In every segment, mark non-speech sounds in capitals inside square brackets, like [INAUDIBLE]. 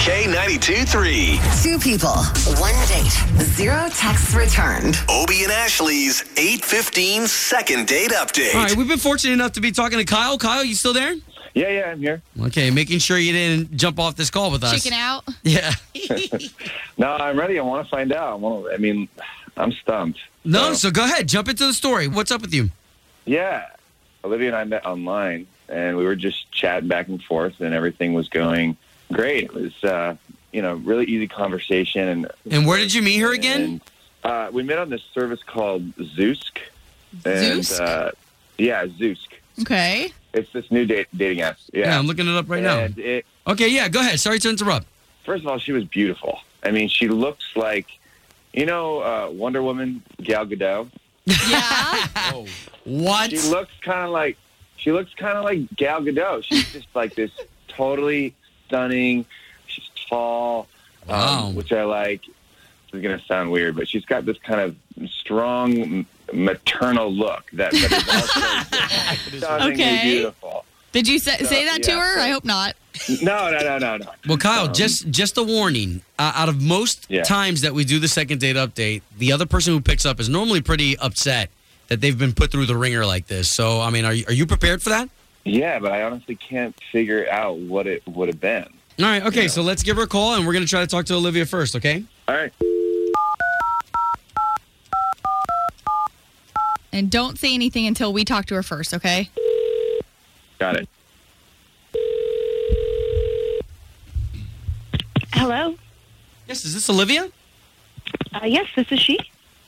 K92 3. Two people, one date, zero texts returned. Obie and Ashley's 815 second date update. All right, we've been fortunate enough to be talking to Kyle. Kyle, you still there? Yeah, yeah, I'm here. Okay, making sure you didn't jump off this call with us. Chicken out. [LAUGHS] Yeah. No, I'm ready. I want to find out. I, wanna, I mean, I'm stumped. No, so go ahead, jump into the story. What's up with you? Yeah. Olivia and I met online, and we were just chatting back and forth, and everything was going great. It was, uh, you know, really easy conversation. And, And where did you meet her again? And, uh, we met on this service called Zeusk. And, Zeusk? Uh, yeah, Zeusk. Okay. It's this new date, dating app. Yeah. I'm looking it up right And it, now. Okay, yeah, go ahead. Sorry to interrupt. [LAUGHS] first of all, she was beautiful. I mean, she looks like, you know, uh, Wonder Woman Gal Gadot. Yeah. What? She looks kind of like she looks kind of like Gal [LAUGHS] Gadot. She's just like this totally stunning. She's tall, um, Wow. which I like. This is gonna sound weird, but she's got this kind of strong m- maternal look that, that [LAUGHS] is also stunningly Okay. beautiful. [LAUGHS] Did you say, say that to yeah. her? I hope not. No, no, no, no, no. Um, Well, Kyle, just just a warning. Uh, out of most Yeah. times that we do the second date update, the other person who picks up is normally pretty upset that they've been put through the ringer like this. So, I mean, are you, are you prepared for that? Yeah, but I honestly can't figure out what it would have been. All right, okay. So let's give her a call, and we're gonna try to talk to Olivia first. Okay. All right. And don't say anything until we talk to her first, okay? Got it. Hello. Yes, is this Olivia? Uh, yes, this is she.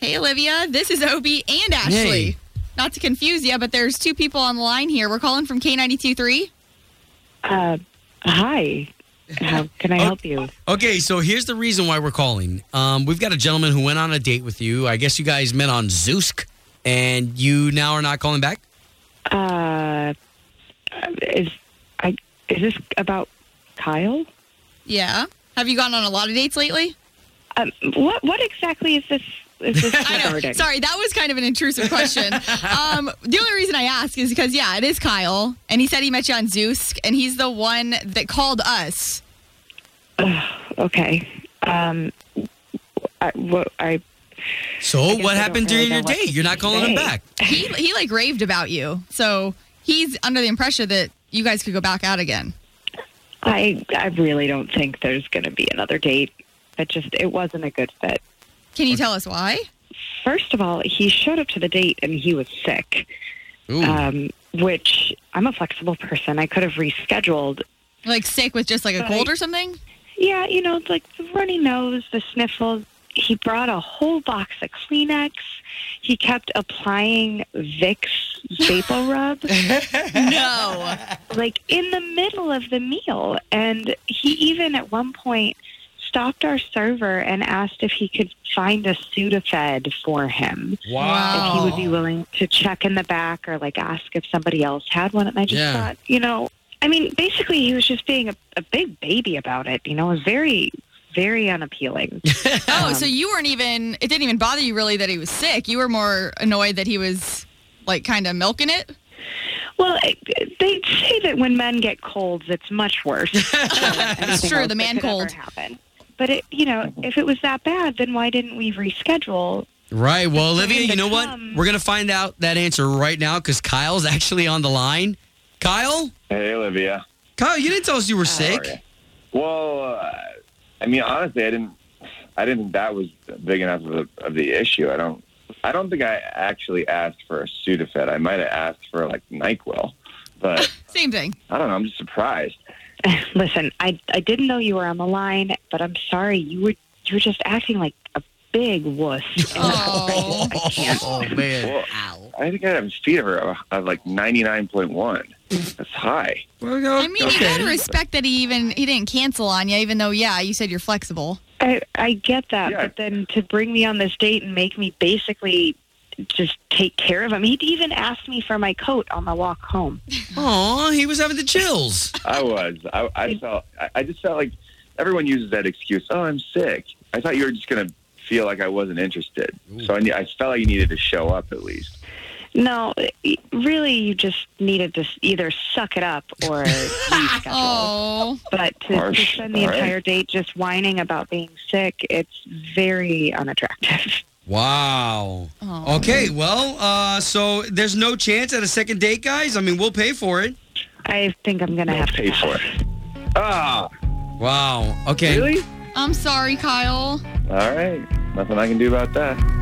Hey, Olivia. This is Obie and Ashley. Hey. Not to confuse you, but there's two people on the line here. We're calling from K92.3. Uh, hi. How can I help you? Okay, so here's the reason why we're calling. Um, we've got a gentleman who went on a date with you. I guess you guys met on Zeusk, and you now are not calling back. Uh, is I is this about Kyle? Yeah. Have you gone on a lot of dates lately? Um, what what exactly is this? Is [LAUGHS] this I know. regarding? Sorry, that was kind of an intrusive question. um, the only reason I ask is because, yeah, it is Kyle, and he said he met you on Zeus, and he's the one that called us. Okay. Um, I, what I So guess what I don't happened really during your know what date? to You're not calling him say. back. He, he like raved about you, so he's under the impression that you guys could go back out again. I I really don't think there's going to be another date. It just it wasn't a good fit. Can you tell us why? First of all, he showed up to the date and he was sick. Ooh. Um, which I'm a flexible person. I could have rescheduled Like sick with just like a Right. cold or [LAUGHS] something? Yeah, you know, like the runny nose, the sniffles. He brought a whole box of Kleenex. He kept applying Vicks Vapor Rub, No. like in the middle of the meal. And he even at one point stopped our server and asked if he could find a Sudafed for him. If he would Oh. be willing to check in the back or like ask if somebody else had one. And I just Yeah. thought, you know, I mean, basically he was just being a, a big baby about it. You know, it was very, very unappealing. [LAUGHS] Oh, Um, so you weren't even, it didn't even bother you really that he was sick. You were more annoyed that he was like kind of milking it? well, I- they say that when men get colds, it's [LAUGHS] much worse. It's true, the man cold. Happen. But it, you know, if it was that bad, then why didn't we reschedule? [LAUGHS] Right. Well, for Olivia, him to you know what? come. We're going to find out that answer right now because Kyle's [LAUGHS] actually on the line. Kyle? Hey, Olivia. Kyle, you didn't tell us you Oh, were sick. Sorry. Well, uh, I mean, honestly, I didn't. I didn't think that was big enough of, a, of the issue. I don't. I don't think I actually asked for a Sudafed. I might have asked for like Nyquil, but Same [LAUGHS] thing. I don't know. I'm just surprised. Listen, I I didn't know you were on the line, but I'm sorry you were you were just acting like a big wuss. in the Oh. [LAUGHS] I can't. Oh man. Well, Ow. I think I have a fever of, of like 99.1. That's high. I mean, you gotta respect that he even he didn't cancel on you, even though yeah, you said you're flexible. I, I get that, Yeah. but then to bring me on this date and make me basically just take care of him. He even asked me for my coat on the walk home. Aw, he was having the chills. I was. I, I felt. I, I just felt like everyone uses that excuse. Oh, I'm sick. I thought you were just gonna feel like I wasn't interested. So I, ne- I felt like you needed to show up at least. No, it- really, you just needed to s- either suck it up [LAUGHS] or reschedule. Oh, But to, to Harsh. spend the All right. entire date just whining about being sick, it's very unattractive. [LAUGHS] Wow. oh. Okay, well, uh, so there's no chance at a second date, guys. I mean, we'll pay for it. I think I'm going to I'll have to pay for it. Ah, Wow. Okay. really? I'm sorry, Kyle. All right. Nothing I can do about that.